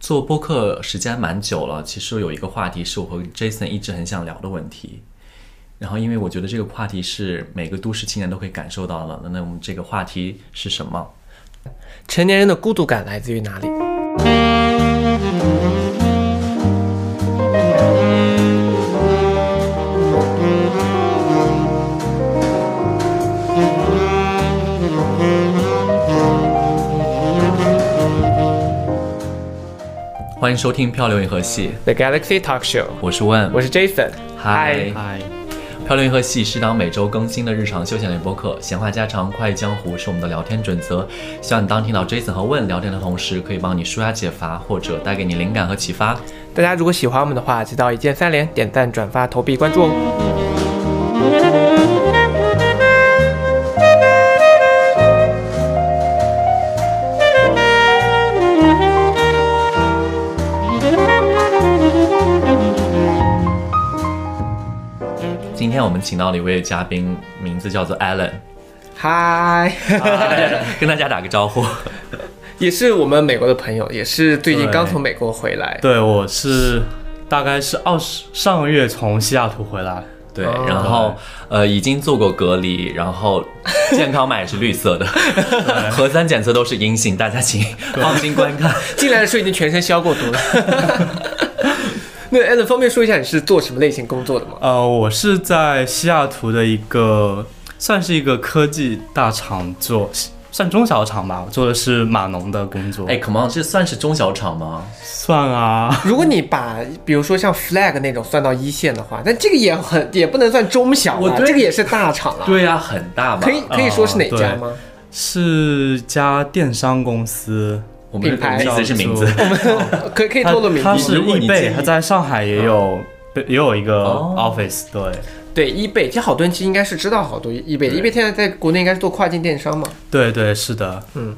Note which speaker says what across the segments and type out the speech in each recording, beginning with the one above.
Speaker 1: 做播客时间蛮久了，其实有一个话题是我和 Jason 一直很想聊的问题。然后，因为我觉得这个话题是每个都市青年都可以感受到的，那我们这个话题是什么？
Speaker 2: 成年人的孤独感来自于哪里？
Speaker 1: 欢迎收听《漂流银河系》，
Speaker 2: The Galaxy Talk Show，
Speaker 1: 我是问，
Speaker 2: 我是 Jason。
Speaker 1: 嗨，
Speaker 3: 嗨，
Speaker 1: 《漂流银河系》是当每周更新的日常休闲类播客，闲话家常、快意江湖是我们的聊天准则。希望你当听到 Jason 和问聊天的同时，可以帮你舒压解乏，或者带给你灵感和启发。
Speaker 2: 大家如果喜欢我们的话，记得一键三连，点赞、转发、投币、关注哦。
Speaker 1: 今天我们请到了一位嘉宾，名字叫做 Alan，
Speaker 2: 嗨，
Speaker 1: 跟大家打个招呼。
Speaker 2: 也是我们美国的朋友，也是最近刚从美国回来。
Speaker 3: 对，我是大概是二十上个月从西雅图回来，
Speaker 1: 对，
Speaker 2: 哦
Speaker 1: 然后呃已经做过隔离，然后 健康码也是绿色的，核酸检测都是阴性，大家请放心观看。
Speaker 2: 进来的时候已经全身消过毒 了。那 Alan 方便说一下你是做什么类型工作的吗？
Speaker 3: 呃，我是在西雅图的一个算是一个科技大厂做，算中小厂吧，我做的是码农的工作。
Speaker 1: 哎，Come on，这算是中小厂吗？
Speaker 3: 算啊，
Speaker 2: 如果你把比如说像 Flag 那种算到一线的话，但这个也很也不能算中小
Speaker 1: 我
Speaker 2: 吧，
Speaker 1: 对
Speaker 2: 这个也是大厂了。，啊
Speaker 1: 对呀、很大吧？
Speaker 2: 可以可以说是哪
Speaker 3: 对
Speaker 2: 家吗？
Speaker 3: 是家电商公司，
Speaker 1: 我们
Speaker 2: 品牌
Speaker 1: 我们意思是名字。
Speaker 2: 可以可以
Speaker 3: 它
Speaker 2: 透露名
Speaker 3: 它
Speaker 2: 字吗。
Speaker 3: 是
Speaker 1: 如果你
Speaker 3: 易
Speaker 1: 介
Speaker 3: 贝，
Speaker 1: 意
Speaker 3: 它在上海也有、也有一个
Speaker 1: 嗯哦
Speaker 3: office，对
Speaker 2: 对，eBay，其实好多人其实应该是知道好多 eBay。eBay 现在在国内应该是做跨境电商嘛。
Speaker 3: 对对是的，
Speaker 2: 嗯。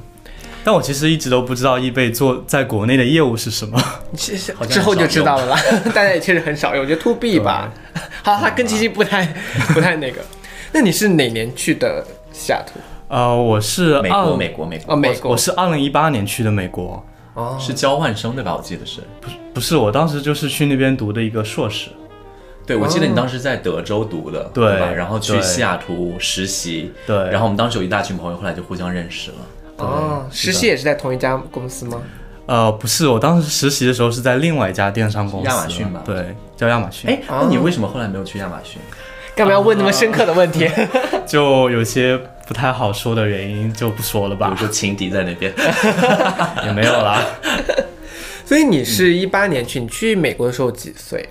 Speaker 3: 但我其实一直都不知道易贝做在国内的业务是什么。
Speaker 2: 其实
Speaker 1: 好像
Speaker 2: 之后就知道了啦，大家也确实很少用，我觉得 to B 吧， 好，它跟七七不太不太那个。那你是哪年去的西雅图？
Speaker 3: 呃，我是
Speaker 1: 美
Speaker 3: 二
Speaker 1: 国，美国，美
Speaker 2: 哦，
Speaker 1: 国，
Speaker 2: 美国
Speaker 3: 哎我是二零一八年去的美国，
Speaker 2: 哦，
Speaker 1: 是交换生对吧？我记得是。
Speaker 3: 不是我当时就是去那边读的一个硕士，
Speaker 1: 对，我记得你当时在德州读
Speaker 2: 哦
Speaker 1: 的，
Speaker 3: 对
Speaker 1: 吧？然后去
Speaker 3: 对
Speaker 1: 西雅图实习，
Speaker 3: 对
Speaker 1: 然后我们当时有一大群朋友，后来就互相认识了。
Speaker 2: 哦，实习也是在同一家公司吗？
Speaker 3: 呃，不是我当时实习的时候是在另外一家电商公司，
Speaker 1: 亚马逊吧
Speaker 3: 对，叫亚马逊。
Speaker 1: 哎，
Speaker 2: 哦
Speaker 1: 那你为什么后来没有去亚马逊？
Speaker 2: 干
Speaker 1: 啊
Speaker 2: 嘛要问那么深刻的 问题？
Speaker 3: 就有些不太好说的原因就不说了
Speaker 1: 比如
Speaker 3: 吧，
Speaker 1: 说情敌在那 边。
Speaker 3: 也没有啦。
Speaker 2: 所以你是一八年去，你去美国的时候几岁？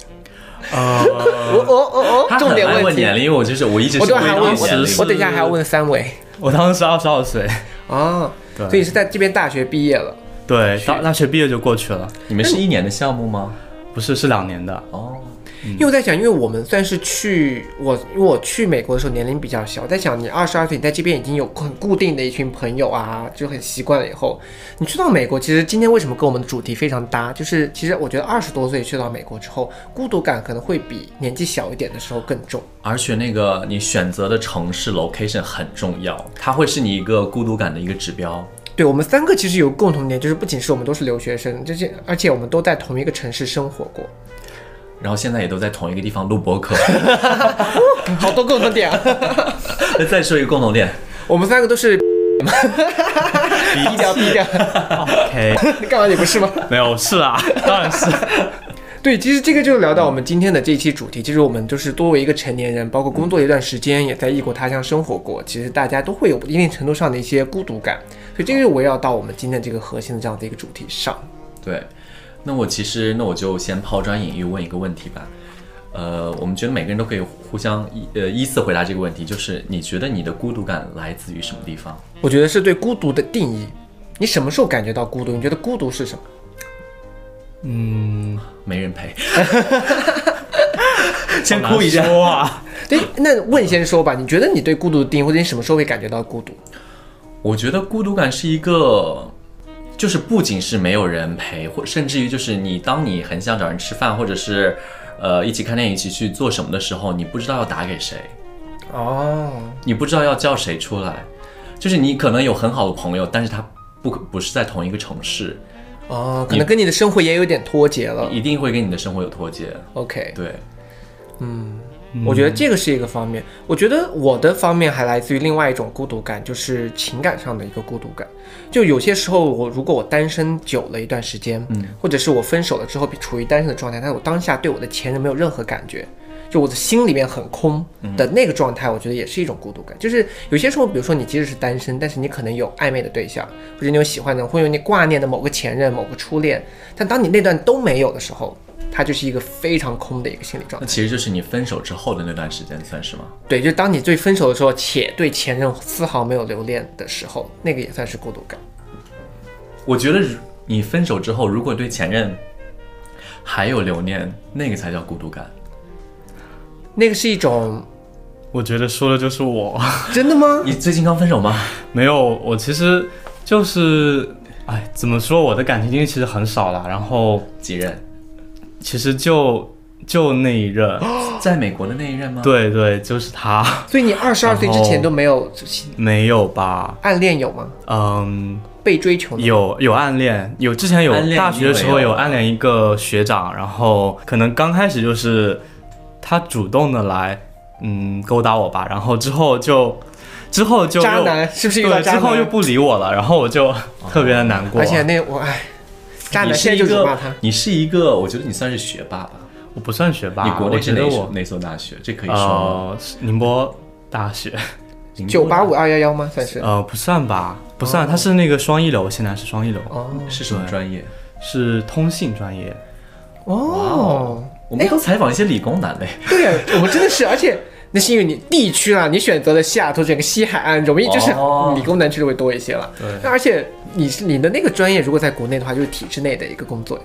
Speaker 3: 呃，
Speaker 2: 哦哦哦哦，
Speaker 1: 他
Speaker 2: 重
Speaker 1: 很
Speaker 2: 点
Speaker 1: 爱问
Speaker 2: 题，
Speaker 1: 年龄，因为我就是我一直是
Speaker 2: 我等会
Speaker 1: 不
Speaker 2: 儿还
Speaker 1: 知道
Speaker 2: 问，
Speaker 1: 年
Speaker 3: 我
Speaker 1: 龄
Speaker 2: 我等一下还要问三围
Speaker 3: 我当时二十二岁，
Speaker 2: 哦，
Speaker 3: 对
Speaker 2: 所以你是在这边大学毕业了。
Speaker 3: 对，大大学毕业就过去了，
Speaker 1: 你们是一年的项目吗？
Speaker 3: 不是是两年的。
Speaker 1: 哦，
Speaker 2: 因为我在想，因为我们算是去我，因为我去美国的时候年龄比较小，我在想你二十二岁，你在这边已经有很固定的一群朋友啊，就很习惯了。以后你去到美国，其实今天为什么跟我们的主题非常搭，就是其实我觉得二十多岁去到美国之后，孤独感可能会比年纪小一点的时候更重。
Speaker 1: 而且那个你选择的城市 location 很重要，它会是你一个孤独感的一个指标。
Speaker 2: 对我们三个其实有共同点，就是不仅是我们都是留学生，就是而且我们都在同一个城市生活过，
Speaker 1: 然后现在也都在同一个地方录播 客。
Speaker 2: 好多共同点啊！
Speaker 1: 那再说一个共同点，
Speaker 2: 我们三个都是低调低调，
Speaker 3: OK，
Speaker 2: 干嘛你不是吗？
Speaker 3: 没有是啊，当然是。
Speaker 2: 对，其实这个就聊到我们今天的这一期主题，就是我们就是作为一个成年人，包括工作一段时间，也在异国他乡生活过，其实大家都会有一定程度上的一些孤独感，所以这个围绕到我们今天这个核心的这样的一个主题上。
Speaker 1: 对，那我其实那我就先抛砖引玉问一个问题吧。呃，我们觉得每个人都可以互相依呃依次回答这个问题，就是你觉得你的孤独感来自于什么地方？
Speaker 2: 我觉得是对孤独的定义，你什么时候感觉到孤独？你觉得孤独是什么？
Speaker 3: 嗯，
Speaker 1: 没人陪。
Speaker 3: 先哭一下。说啊，
Speaker 2: 对，那问先说吧，你觉得你对孤独的定义，或者你什么时候会感觉到孤独？
Speaker 1: 我觉得孤独感是一个，就是不仅是没有人陪，或甚至于就是你当你很想找人吃饭，或者是呃一起看电影、一起去做什么的时候，你不知道要打给谁，
Speaker 2: 哦，
Speaker 1: 你不知道要叫谁出来，就是你可能有很好的朋友，但是他不不是在同一个城市，
Speaker 2: 哦，可能跟你的生活也有点脱节了。
Speaker 1: 一定会跟你的生活有脱节。
Speaker 2: OK，
Speaker 1: 对，
Speaker 2: 我觉得这个是一个方面。我觉得我的方面还来自于另外一种孤独感，就是情感上的一个孤独感。就有些时候我，如果我单身久了一段时间，嗯，或者是我分手了之后处于单身的状态，但我当下对我的前任没有任何感觉，就我的心里面很空的那个状态，我觉得也是一种孤独感。就是有些时候，比如说你即使是单身，但是你可能有暧昧的对象，或者你有喜欢的，或者你挂念的某个前任、某个初恋，但当你那段都没有的时候，它就是一个非常空的一个心理状态
Speaker 1: 那。其实就是你分手之后的那段时间，算是吗？
Speaker 2: 对，就当你对分手的时候，且对前任丝毫没有留恋的时候，那个也算是孤独感。
Speaker 1: 我觉得你分手之后，如果对前任还有留念，那个才叫孤独感。
Speaker 2: 那个是一种
Speaker 3: 我觉得说的就是我，
Speaker 2: 真的吗？
Speaker 1: 你最近刚分手吗？
Speaker 3: 没有，我其实就是，哎，怎么说？我的感情经历其实很少啦，然后
Speaker 1: 几任？
Speaker 3: 其实就就那一 任，
Speaker 1: 在美国的那一任吗？，
Speaker 3: 对对，就是他，
Speaker 2: 所以你二十二岁之前
Speaker 3: 后
Speaker 2: 都没有
Speaker 3: 没有吧？
Speaker 2: 暗恋有吗？
Speaker 3: 嗯，
Speaker 2: 被追求呢？
Speaker 3: 有有暗恋，有之前有
Speaker 1: 暗恋
Speaker 3: 大学的时候
Speaker 1: 你有
Speaker 3: 有暗恋一个学长，然后可能刚开始就是他主动的来嗯勾搭我吧，然后之后就之后就
Speaker 2: 渣
Speaker 3: 又
Speaker 2: 男是不是遇到
Speaker 3: 对
Speaker 2: 渣
Speaker 3: 之
Speaker 2: 男？
Speaker 3: 后又不理我了，然后我
Speaker 1: 哦
Speaker 3: 就特别的难过。
Speaker 2: 而且那我哎，渣
Speaker 1: 你
Speaker 2: 男
Speaker 1: 是
Speaker 2: 现在
Speaker 1: 一
Speaker 2: 就辱骂
Speaker 1: 个
Speaker 2: 他，，
Speaker 1: 你是一个，我觉得你算是学霸吧。
Speaker 3: 我不算学霸，
Speaker 1: 你国内是
Speaker 3: 我觉
Speaker 1: 哪
Speaker 3: 得
Speaker 1: 所
Speaker 3: 我
Speaker 1: 哪所大学？这可以说吗？
Speaker 3: 呃宁波大学
Speaker 1: 宁波
Speaker 2: 九八五二幺幺吗？算是
Speaker 3: 呃不算吧，不
Speaker 1: 哦
Speaker 3: 算，他是那个双一流，现在是双一流，
Speaker 2: 哦
Speaker 1: 是什么专业？
Speaker 3: 是通信专业。
Speaker 2: 哦，
Speaker 1: 我们都采访一些理工男嘞。
Speaker 2: 对呀，我们真的是，而且。那是因为你地区啊，你选择了西雅图整个西海岸，容易就是
Speaker 1: 哦
Speaker 2: 理工男去的会多一些了。
Speaker 3: 对，
Speaker 2: 那而且你是你的那个专业，如果在国内的话，就是体制内的一个工作。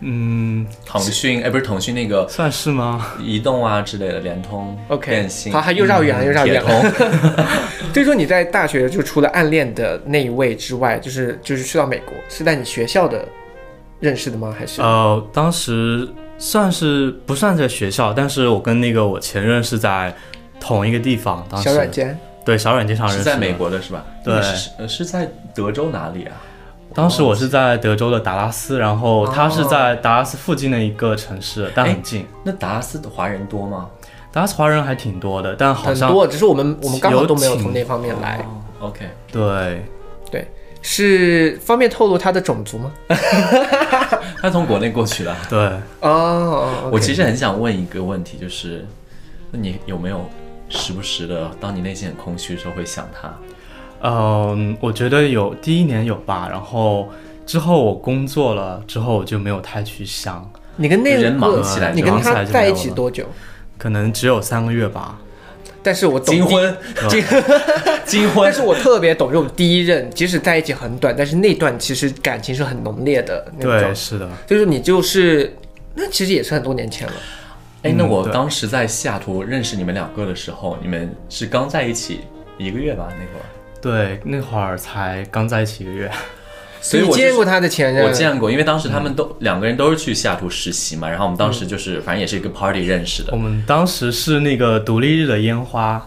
Speaker 3: 嗯，
Speaker 1: 腾讯哎，不是腾讯那个
Speaker 3: 算是吗？
Speaker 1: 移动啊之类的，联通、
Speaker 2: OK，
Speaker 1: 电信，
Speaker 2: 好，还又绕远了，又
Speaker 1: 嗯
Speaker 2: 绕
Speaker 1: 铁
Speaker 2: 远了。
Speaker 1: 通，
Speaker 2: 所以说你在大学就除了暗恋的那一位之外，就是就是去到美国，是在你学校的认识的吗？还是
Speaker 3: 呃，当时算是不算在学校，但是我跟那个我前任是在同一个地方，当时
Speaker 2: 小软件？
Speaker 3: 对小软件上认
Speaker 1: 是
Speaker 3: 识的
Speaker 1: 在美。国的是吧？
Speaker 3: 对
Speaker 1: 你是呃是在德州哪里啊？
Speaker 3: 当时我是在德州的达拉斯，然后他是在达拉斯附近的一个城市，但很
Speaker 2: 哎
Speaker 3: 近。
Speaker 1: 那达拉斯的华人多吗
Speaker 3: 达拉斯华人还挺多的，但好
Speaker 2: 很
Speaker 3: 像
Speaker 2: 多，只是我们我们刚好
Speaker 3: 有
Speaker 2: 都没有
Speaker 3: 请啊
Speaker 2: 从那方面来。
Speaker 1: ？OK，
Speaker 3: 对
Speaker 2: 对，是方便透露他的种族吗？
Speaker 1: 他从国内过去的。
Speaker 3: 对，
Speaker 2: 哦，
Speaker 1: 我其实很想问一个问题，就是那你有没有时不时的，当你内心很空虚的时候会想他？
Speaker 3: 嗯，我觉得有第一年有吧，然后之后我工作了之后我就没有太去想，
Speaker 2: 你跟那
Speaker 1: 人忙起
Speaker 2: 个
Speaker 1: 来
Speaker 2: 你跟
Speaker 3: 忙起
Speaker 2: 他
Speaker 3: 来就没
Speaker 2: 在一
Speaker 3: 有
Speaker 2: 起
Speaker 3: 了
Speaker 2: 多久？
Speaker 3: 可能只有三个月吧。
Speaker 2: 但是我懂
Speaker 1: 金
Speaker 2: 第
Speaker 1: 婚， 金金婚
Speaker 2: 但是我特别懂这种第一任，即使在一起很短，但是那段其实感情是很浓烈的那种
Speaker 3: 对，
Speaker 2: 状态。
Speaker 3: 是的，
Speaker 2: 所以说你就是，那其实也是很多年前了。
Speaker 1: 哎，那我
Speaker 3: 对
Speaker 1: 当时在西雅图认识你们两个的时候，你们是刚在一起一个月吧？那会儿，
Speaker 3: 对，那会儿才刚在一起一个月。
Speaker 1: 所以
Speaker 2: 你
Speaker 1: 我就
Speaker 2: 见
Speaker 1: 是
Speaker 2: 过他的啊前任？
Speaker 1: 我见过，因为当时他们都、两个人都是去西雅图实习嘛，然后我们当时就是、反正也是一个 party 认识的
Speaker 3: 我。们当时是那个独立日的烟花，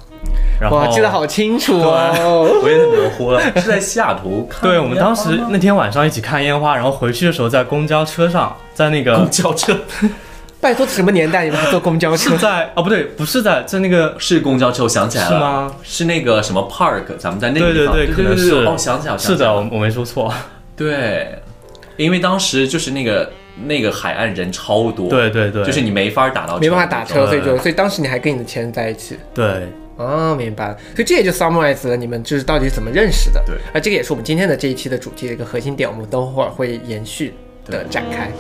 Speaker 3: 然后
Speaker 2: 哇，记得好清楚哦。
Speaker 1: 我有点模糊了，是在西雅图看
Speaker 3: 对，
Speaker 1: 烟花吗。
Speaker 3: 我们当时那天晚上一起看烟花，然后回去的时候在公交车上，在那个
Speaker 1: 公交车
Speaker 2: 拜托，什么年代你们还坐公交车
Speaker 3: 是？在哦不对，不是在在那个
Speaker 1: 是公交车，我想起来了，
Speaker 3: 是吗？
Speaker 1: 是那个什么 park，咱们在那个
Speaker 3: 对
Speaker 1: 地
Speaker 3: 对
Speaker 1: 方，
Speaker 3: 对，可能
Speaker 1: 对
Speaker 3: 是
Speaker 1: 哦，想起来，我想
Speaker 3: 是
Speaker 1: 起来
Speaker 3: 的，
Speaker 1: 了
Speaker 3: 我我没说错，
Speaker 1: 对，因为当时就是那个那个海岸人超多，
Speaker 3: 对对对，
Speaker 1: 就是你没法打到，
Speaker 2: 没办法打车，
Speaker 3: 对
Speaker 2: 所以就所以当时你还跟你的前任在一起。
Speaker 3: 对
Speaker 2: 哦，明白了。所以这也就 summarize 了你们就是到底怎么认识的。
Speaker 1: 对
Speaker 2: 而这个也是我们今天的这一期的主题的一个核心点，我们等会儿会延续的
Speaker 1: 对
Speaker 2: 展开。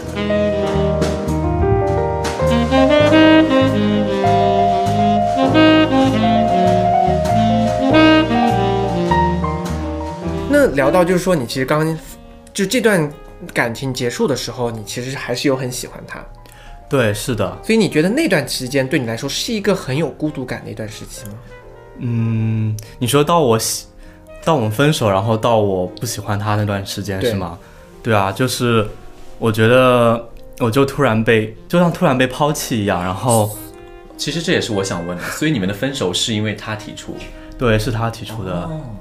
Speaker 2: 那聊到就是说，你其实刚刚就这段感情结束的时候，你其实还是有很喜欢他，
Speaker 3: 对是的，
Speaker 2: 所以你觉得那段时间对你来说是一个很有孤独感的一段时期吗？
Speaker 3: 嗯，你说到我喜，到我们分手，然后到我不喜欢他那段时间
Speaker 2: 对
Speaker 3: 是吗？对啊，就是我觉得我就突然被，就像突然被抛弃一样，然后
Speaker 1: 其实这也是我想问的，所以你们的分手是因为他提出？
Speaker 3: 对，是他提出的。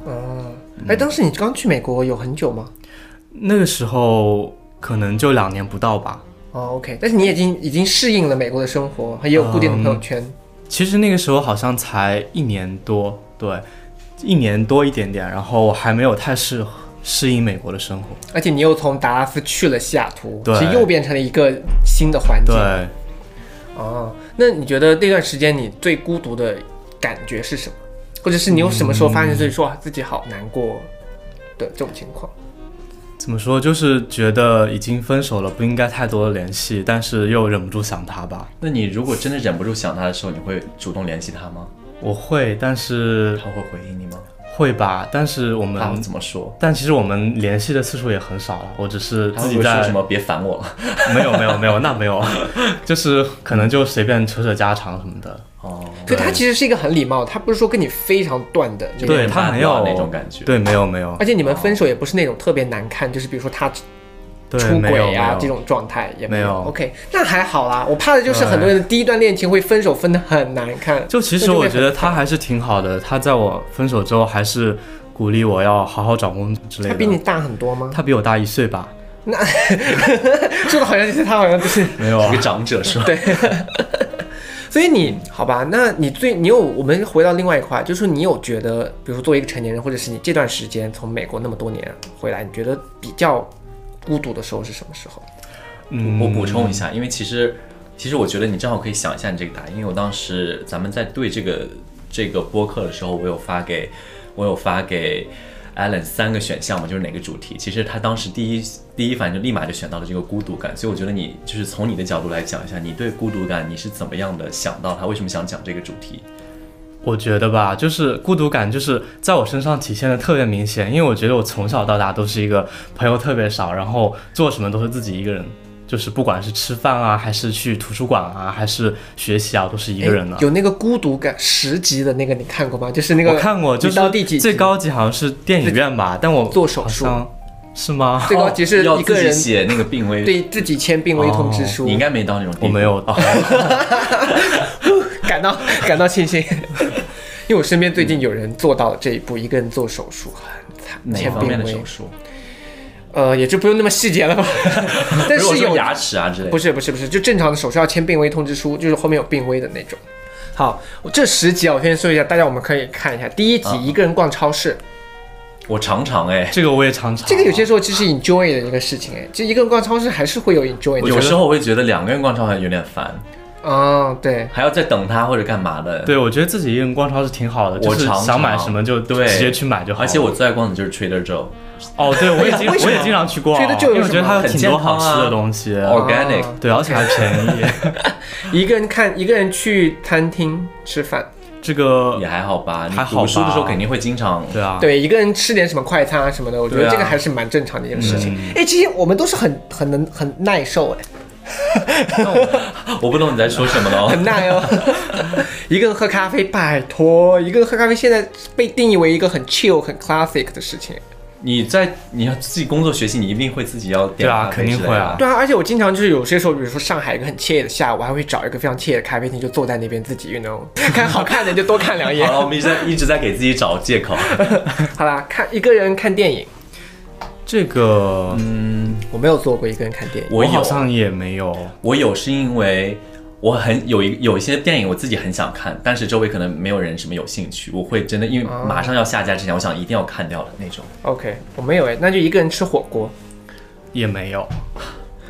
Speaker 2: 哦，哎，当时你刚去美国有很久吗？
Speaker 3: 那个时候可能就两年不到吧。
Speaker 2: 哦，OK，但是你已经已经适应了美国的生活，也有固定的朋友圈。
Speaker 3: 嗯其实那个时候好像才一年多，对，一年多一点点，然后我还没有太适适应美国的生活。
Speaker 2: 而且你又从达拉斯去了西雅图，
Speaker 3: 对
Speaker 2: 其实又变成了一个新的环境。
Speaker 3: 对，
Speaker 2: 哦，那你觉得那段时间你最孤独的感觉是什么？或者是你有什么时候发现自己
Speaker 3: 嗯
Speaker 2: 说、啊自己好难过的这种情况？
Speaker 3: 怎么说，就是觉得已经分手了，不应该太多的联系，但是又忍不住想他吧。
Speaker 1: 那你如果真的忍不住想他的时候，你会主动联系他吗？
Speaker 3: 我会，但是
Speaker 1: 他会回应你吗？
Speaker 3: 会吧，但是我们，
Speaker 1: 他会怎么说？
Speaker 3: 但其实我们联系的次数也很少了。我只是
Speaker 1: 他
Speaker 3: 自
Speaker 1: 会
Speaker 3: 己
Speaker 1: 不会说
Speaker 3: 在
Speaker 1: 什么别烦我了？
Speaker 3: 没有没有没有，那没有， 就是可能就随便扯扯家常什么的。
Speaker 1: 哦，
Speaker 2: 所以他其实是一个很礼貌的，他不是说跟你非常断的那种，
Speaker 3: 对他没有
Speaker 1: 那种感觉。
Speaker 3: 对，没有没有
Speaker 2: 而，且你们分手也不是那种特别难看，就是比如说他
Speaker 3: 对
Speaker 2: 出
Speaker 3: 没有
Speaker 2: 轨
Speaker 3: 没
Speaker 2: 啊
Speaker 3: 有
Speaker 2: 这种状态也
Speaker 3: 没有
Speaker 2: OK，那还好啦。我怕的就是
Speaker 3: 对
Speaker 2: 很多人的第一段恋情会分手分的很难看。
Speaker 3: 就其
Speaker 2: 那
Speaker 3: 实
Speaker 2: 就会
Speaker 3: 我觉得
Speaker 2: 很
Speaker 3: 他还是挺好的，他在我分手之后还是鼓励我要好好找工作之类
Speaker 2: 他
Speaker 3: 的。
Speaker 2: 比你大很多吗？
Speaker 3: 他比我大一岁吧？
Speaker 2: 说的好像就是他好像就是，
Speaker 3: 没有啊
Speaker 1: 一个，长者是吧？
Speaker 2: 所以你好吧？那你最你有我们回到另外一块，就是你有觉得，比如说作为一个成年人，或者是你这段时间从美国那么多年回来，你觉得比较孤独的时候是什么时候？
Speaker 3: 嗯，
Speaker 1: 我补充一下，因为其实其实我觉得你正好可以想一下你这个答案，因为我当时咱们在对这个这个播客的时候，我有发给我有发给 Alan 三个选项嘛，就是哪个主题。其实他当时第一第一反应就立马就选到了这个孤独感，所以我觉得你就是从你的角度来讲一下，你对孤独感你是怎么样的想到他，为什么想讲这个主题？
Speaker 3: 我觉得吧，就是孤独感，就是在我身上体现的特别明显，因为我觉得我从小到大都是一个朋友特别少，然后做什么都是自己一个人，就是不管是吃饭啊，还是去图书馆啊，还是学习啊，都是一个人的
Speaker 2: 诶。哎有那个孤独感十集的那个你看过吗？就是那个
Speaker 3: 我看过，就
Speaker 2: 你到第
Speaker 3: 是
Speaker 2: 几集
Speaker 3: 最高级好像是电影院吧，但我
Speaker 2: 做手术
Speaker 3: 好像是吗？
Speaker 2: 最高级是
Speaker 1: 哦要
Speaker 2: 一个
Speaker 1: 自己
Speaker 2: 人
Speaker 1: 写那个病危，
Speaker 2: 对自己签病危通知书，
Speaker 1: 你应该没到那种地步，哦
Speaker 3: 我没有到。
Speaker 2: 感到感到庆幸， 因为我身边最近有人做到了这一步，一个人做手术很惨，
Speaker 1: 哪
Speaker 2: 签
Speaker 1: 方面
Speaker 2: 病
Speaker 1: 的
Speaker 2: 危
Speaker 1: 手，术，
Speaker 2: 呃，也就不用那么细节了 吧。但
Speaker 1: 如果
Speaker 2: 是
Speaker 1: 说
Speaker 2: 有
Speaker 1: 牙齿啊之类的
Speaker 2: 不。是不是不是，就正常的手术要签病危通知书，就是后面有病危的那种。好，我这十集啊，我先说一下，大家我们可以看一下。第一集，
Speaker 1: 嗯
Speaker 2: 一个人逛超市，
Speaker 1: 我常常哎，
Speaker 3: 这个我也常常
Speaker 2: 这个有些时候其实 enjoy 的一个事情，哎，就一个人逛超市还是会有 enjoy 的。
Speaker 1: 有时候我会觉得两个人逛超市有点烦，
Speaker 2: 啊，对，
Speaker 1: 还要再等他或者干嘛的。
Speaker 3: 对，我觉得自己一个人逛超市挺好的，
Speaker 1: 我
Speaker 3: 就是
Speaker 1: 常
Speaker 3: 想买
Speaker 1: 常
Speaker 3: 什么就
Speaker 1: 对
Speaker 3: 直接去买就好了。
Speaker 1: 而且我最爱逛的就是 Trader Joe
Speaker 3: 哦，对我也 经
Speaker 2: 为什么
Speaker 3: 我也经常去逛，
Speaker 2: 觉得就有
Speaker 3: 因为我觉得
Speaker 2: 什么
Speaker 3: 它有
Speaker 1: 很
Speaker 3: 挺
Speaker 1: 健
Speaker 3: 多好
Speaker 1: 康啊
Speaker 3: 吃的东西，
Speaker 1: Organic，、
Speaker 2: 啊
Speaker 3: 对，而且还便 宜。
Speaker 2: 一个人看，一个人去餐厅吃饭，
Speaker 3: 这个
Speaker 1: 也还好吧。你
Speaker 3: 哦还好吧
Speaker 1: 读书的时候肯定会经常
Speaker 3: 对啊，
Speaker 2: 对，一个人吃点什么快餐啊什么的，我觉得
Speaker 1: 对啊
Speaker 2: 这个还是蛮正常的一件事情。哎、其实我们都是很很能很耐受哎，
Speaker 1: 我不懂你在说什么 了。
Speaker 2: 很耐哦。 一个人喝咖啡，拜托，一个人喝咖啡现在被定义为一个很 chill、很 classic 的事情。
Speaker 1: 你在你要自己工作学习，你一定会自己要点
Speaker 3: 对啊
Speaker 1: 咖啡
Speaker 3: 肯定
Speaker 1: 之类
Speaker 3: 会
Speaker 1: 的
Speaker 3: 啊
Speaker 2: 对啊，而且我经常就是有些时候，比如说上海一个很惬意的下午，我还会找一个非常惬意的咖啡厅，就坐在那边自己 you know 看好看的就多看两眼
Speaker 1: 好。了，我们一直在一直在给自己找借 口。
Speaker 2: 好啦，看一个人看电影，
Speaker 3: 这个
Speaker 2: 嗯我没有做过一个人看电影。
Speaker 1: 我
Speaker 3: 我好
Speaker 1: 有，
Speaker 3: 像也没有，
Speaker 1: 我有是因为我很有一有一些电影我自己很想看，但是周围可能没有人什么有兴趣，我会真的因为
Speaker 3: 哦
Speaker 1: 马上要下架之前，我想一定要看掉的那种。
Speaker 2: OK，我没有哎，那就一个人吃火锅。
Speaker 3: 也没有，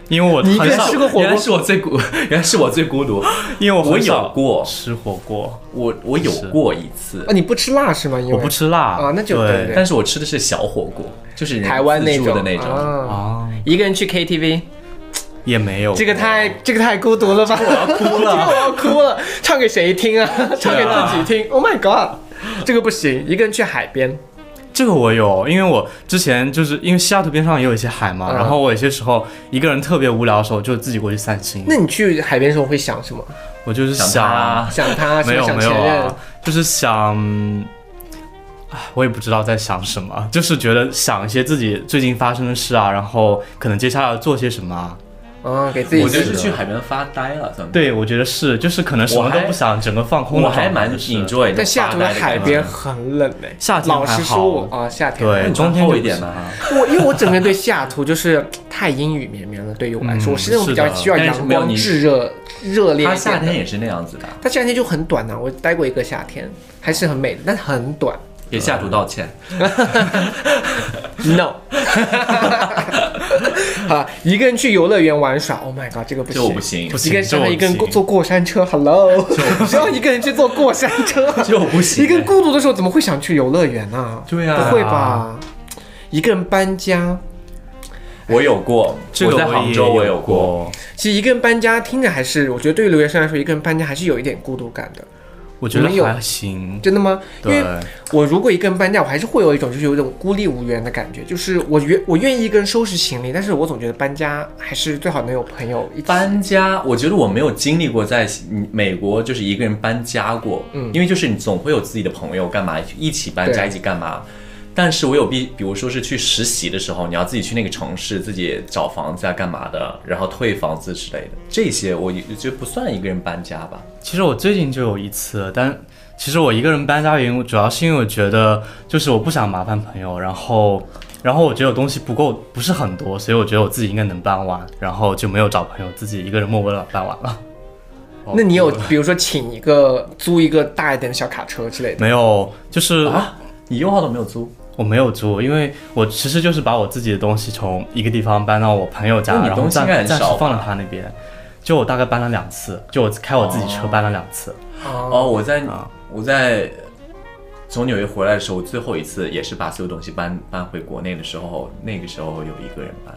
Speaker 3: 因为我
Speaker 2: 你一个
Speaker 3: 很
Speaker 2: 人
Speaker 3: 少
Speaker 2: 吃过火锅
Speaker 1: 原来是我最孤， 原来是我最孤独。
Speaker 3: 因为我
Speaker 1: 我
Speaker 3: 很
Speaker 1: 有
Speaker 3: 少
Speaker 1: 过，
Speaker 3: 吃火锅，
Speaker 1: 我我有
Speaker 3: 是
Speaker 1: 过一次
Speaker 2: 啊，，你不吃辣是吗？因为
Speaker 3: 我不吃辣
Speaker 2: 啊那就对
Speaker 3: 对
Speaker 2: 对
Speaker 1: 但是我吃的是小火锅，就是人
Speaker 2: 台湾那
Speaker 1: 自助
Speaker 2: 种
Speaker 1: 的那种。
Speaker 2: 啊
Speaker 3: 啊，
Speaker 2: 一个人去 KTV，
Speaker 3: 也没有
Speaker 2: 这个太这个太孤独了吧？我要 哭了，我要哭了，唱给谁听啊？唱给自己听。Oh my god，这个不行。一个人去海边，
Speaker 3: 这个我有，因为我之前就是因为西雅图边上也有一些海嘛，
Speaker 2: 嗯
Speaker 3: 然后我有些时候一个人特别无聊的时候，就自己过去散心。
Speaker 2: 那你去海边的时候会想什么？
Speaker 3: 我就是
Speaker 1: 想他啊
Speaker 2: 想他，
Speaker 3: 没有
Speaker 2: 想
Speaker 3: 没
Speaker 2: 前
Speaker 3: 有
Speaker 2: 任
Speaker 3: 啊，就是想，唉，我也不知道在想什么， 就是觉得想一些自己最近发生的事啊，然后可能接下来要做些什么啊，
Speaker 2: 嗯，给自己
Speaker 1: 我觉得
Speaker 2: 是
Speaker 1: 是去海边发呆了，算不
Speaker 3: 对，我觉得是，就是可能什么都不想，整个放空
Speaker 1: 我
Speaker 3: 的
Speaker 1: 还
Speaker 3: 状态
Speaker 1: 蛮
Speaker 3: 就是。
Speaker 1: enjoy 那种
Speaker 2: 但西雅图
Speaker 1: 发呆
Speaker 2: 的
Speaker 1: 的
Speaker 2: 海
Speaker 1: 感觉
Speaker 2: 边很冷哎、
Speaker 3: 夏天
Speaker 2: 老
Speaker 3: 还
Speaker 2: 实
Speaker 3: 好
Speaker 2: 说我，啊，夏天
Speaker 3: 对
Speaker 1: 那你
Speaker 3: 中间
Speaker 1: 穿厚
Speaker 3: 就
Speaker 1: 一点
Speaker 3: 不
Speaker 1: 呢
Speaker 3: 是？
Speaker 2: 我因为我整个人对西雅图就是太阴雨绵绵了，对于我来说，
Speaker 3: 嗯
Speaker 2: 我是那种比较
Speaker 3: 是的
Speaker 2: 需要
Speaker 1: 但是
Speaker 2: 阳
Speaker 1: 没有
Speaker 2: 光
Speaker 1: 你
Speaker 2: 炙热热烈
Speaker 1: 它
Speaker 2: 一
Speaker 1: 夏
Speaker 2: 点
Speaker 1: 天
Speaker 2: 的。
Speaker 1: 也是那样子的，
Speaker 2: 它夏天就很短呐、我待过一个夏天，还是很美的，但是很短。
Speaker 1: 给西雅图道歉。
Speaker 2: No，啊，一个人去游乐园玩耍，Oh my god，这个不行，
Speaker 1: 这我不行
Speaker 3: 不
Speaker 2: 一
Speaker 3: 行
Speaker 2: 个人上来
Speaker 3: 这我
Speaker 2: 一个人
Speaker 3: 不行
Speaker 2: 坐过山车，Hello，只 要一个人去坐过山车，
Speaker 1: 这我不行
Speaker 2: 一个人孤独的时候怎么会想去游乐园呢、
Speaker 1: 对啊
Speaker 2: 不会吧？一个人搬家，
Speaker 1: 我有过，
Speaker 3: 这个
Speaker 1: 我在
Speaker 3: 也
Speaker 1: 杭州我
Speaker 3: 有
Speaker 1: 过，，
Speaker 2: 其实一个人搬家听着还是，我觉得对于留学生来说，一个人搬家还是有一点孤独感的。
Speaker 3: 我觉
Speaker 2: 你
Speaker 3: 得
Speaker 2: 们有
Speaker 3: 还行。
Speaker 2: 真的吗？因
Speaker 3: 对
Speaker 2: 为，我如果一个人搬家，我还是会有一种就是有一种孤立无援的感觉，就是我愿我愿意一个人收拾行李，但是我总觉得搬家还是最好能有朋友一起。
Speaker 1: 搬家，我觉得我没有经历过在美国就是一个人搬家过，嗯，因为就是你总会有自己的朋友干嘛一起搬家
Speaker 2: 对
Speaker 1: 一起干嘛。但是我有比，比如说是去实习的时候，你要自己去那个城市，自己找房子啊，干嘛的，然后退房子之类的，这些我也觉得不算一个人搬家吧。
Speaker 3: 其实我最近就有一次，但其实我一个人搬家原因，主要是因为我觉得就是我不想麻烦朋友，然后然后我觉得我东西不够，不是很多，所以我觉得我自己应该能搬完，然后就没有找朋友，自己一个人默默的搬完了。
Speaker 2: 那你有比如说请一个租一个大一点的小卡车之类的？
Speaker 3: 没有，就是
Speaker 1: 啊，你优号都没有租，
Speaker 3: 我没有租，因为我其实就是把我自己的东西从一个地方搬到我朋友家，
Speaker 1: 那你
Speaker 3: 然后
Speaker 1: 东西
Speaker 3: 暂
Speaker 1: 应该很
Speaker 3: 暂时
Speaker 1: 少吧
Speaker 3: 放到他那边。就我大概搬了两次，就我开我自己车
Speaker 1: 哦
Speaker 3: 搬了两次。
Speaker 2: 哦，
Speaker 1: 哦，我在、
Speaker 3: 啊
Speaker 1: 我在从纽约回来的时候，最后一次也是把所有东西搬搬回国内的时候，那个时候有一个人搬，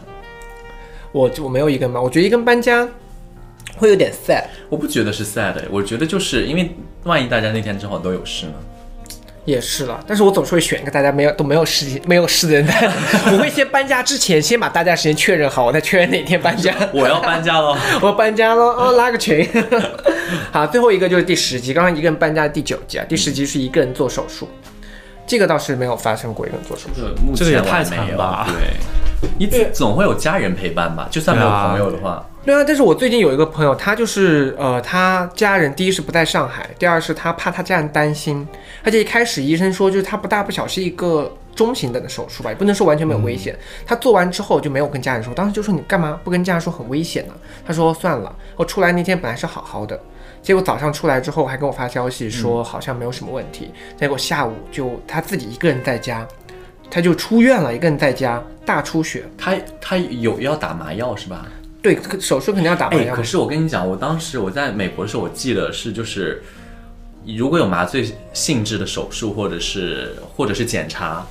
Speaker 2: 我我没有一个人搬，我觉得一个人搬家会有点 sad。
Speaker 1: 我不觉得是 sad，我欸觉得就是因为万一大家那天正好都有事呢？
Speaker 2: 也是了，但是我总是会选一个大家没有都没有事情没有事的人 搬。我会先搬家之前先把大家时间确认好，我再确认哪天搬家。
Speaker 1: 我要搬家 了，
Speaker 2: 我搬家了，哦，拉个群。 好，最后一个就是第十集，刚刚一个人搬家第九集啊，第十集是一个人做手术，这个倒是没有发生过一个人做手术。
Speaker 1: 目
Speaker 3: 这个也
Speaker 1: 前我还
Speaker 3: 太
Speaker 1: 没
Speaker 3: 惨
Speaker 1: 有
Speaker 3: 吧
Speaker 1: 对，你总总会有家人陪伴吧？就算没有
Speaker 3: 对啊
Speaker 1: 朋友的话，
Speaker 2: 对啊，但是我最近有一个朋友，他就是呃，他家人第一是不在上海，第二是他怕他家人担心，而且一开始医生说就是他不大不小是一个中型等的手术吧，也不能说完全没有危险。他做完之后就没有跟家人说，当时就说你干嘛不跟家人说很危险呢、他说算了，我出来那天本来是好好的。结果早上出来之后还跟我发消息说好像没有什么问题，结果下午就他自己一个人在家，他就出院了，一个人在家大出血，
Speaker 1: 他他有要打麻药是吧？
Speaker 2: 对手术肯定要打麻
Speaker 1: 哎，
Speaker 2: 药
Speaker 1: 可，是我跟你讲，我当时我在美国的时候，我记得是就是，如果有麻醉性质的手术或者是或者是检查，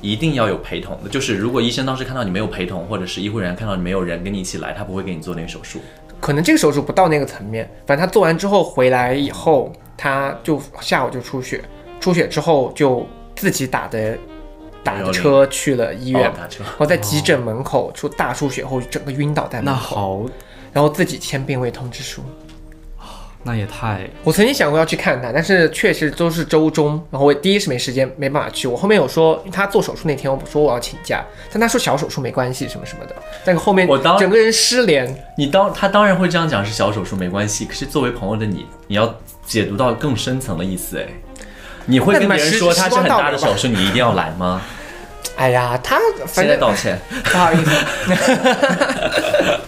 Speaker 1: 一定要有陪同的。就是如果医生当时看到你没有陪同，或者是医护人员看到你没有人跟你一起来，他不会给你做那个手术。
Speaker 2: 可能这个手术不到那个层面，反正他做完之后回来以后，他就下午就出血，出血之后就自己打的打的车去了医院
Speaker 1: 哦，打车。
Speaker 2: 然后在急诊门口出大出血后整个晕倒在
Speaker 3: 那
Speaker 2: 门
Speaker 1: 哦
Speaker 2: 口，
Speaker 3: 好，
Speaker 2: 然后自己签病危通知书。
Speaker 3: 那也太
Speaker 2: 我曾经想过要去看他，但是确实都是周中，然后我第一是没时间，没办法去。我后面有说他做手术那天，我说我要请假，但他说小手术没关系什么什么的，但后面
Speaker 1: 我当
Speaker 2: 整个人失联，
Speaker 1: 你当他当然会这样讲是小手术没关系，可是作为朋友的你，你要解读到更深层的意思哎。你会
Speaker 2: 那
Speaker 1: 跟
Speaker 2: 你
Speaker 1: 别
Speaker 2: 们
Speaker 1: 人
Speaker 2: 时
Speaker 1: 说
Speaker 2: 时
Speaker 1: 他是
Speaker 2: 光
Speaker 1: 很
Speaker 2: 到
Speaker 1: 大
Speaker 2: 了
Speaker 1: 的
Speaker 2: 吧
Speaker 1: 手术，你一定要来 吗？
Speaker 2: 哎呀，他
Speaker 1: 现
Speaker 2: 反
Speaker 1: 在
Speaker 2: 正
Speaker 1: 道歉。
Speaker 2: 不好意思。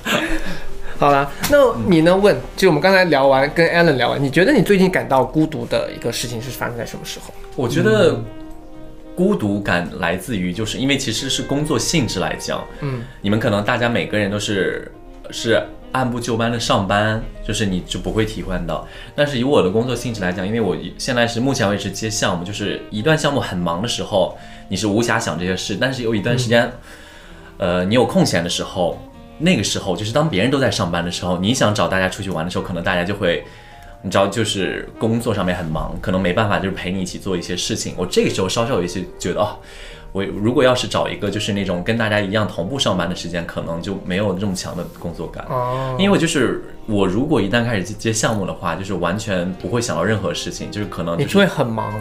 Speaker 2: 好啦，那你呢？问，就我们刚才聊完，跟 Alan 聊完，你觉得你最近感到孤独的一个事情是发生在什么时候？
Speaker 1: 我觉得
Speaker 2: 嗯
Speaker 1: 孤独感来自于，就是因为其实是工作性质来讲，
Speaker 2: 嗯，
Speaker 1: 你们可能大家每个人都是是按部就班的上班，就是你就不会体会到。但是以我的工作性质来讲，因为我现在是目前为止接项目，就是一段项目很忙的时候，你是无暇想这些事，但是有一段时
Speaker 2: 嗯
Speaker 1: 间，呃，你有空闲的时候。那个时候，就是当别人都在上班的时候，你想找大家出去玩的时候，可能大家就会嗯你知道，就是工作上面很忙，可能没办法就是陪你一起做一些事情。我这个时候稍稍有一些觉得，哦，我如果要是找一个就是那种跟大家一样同步上班的时间，可能就没有这么强的工作感。
Speaker 2: 哦，
Speaker 1: 因为就是我如果一旦开始接接项目的话，就是完全不会想到任何事情，就是可能
Speaker 2: 你
Speaker 1: 就
Speaker 2: 就
Speaker 1: 会
Speaker 2: 会很忙，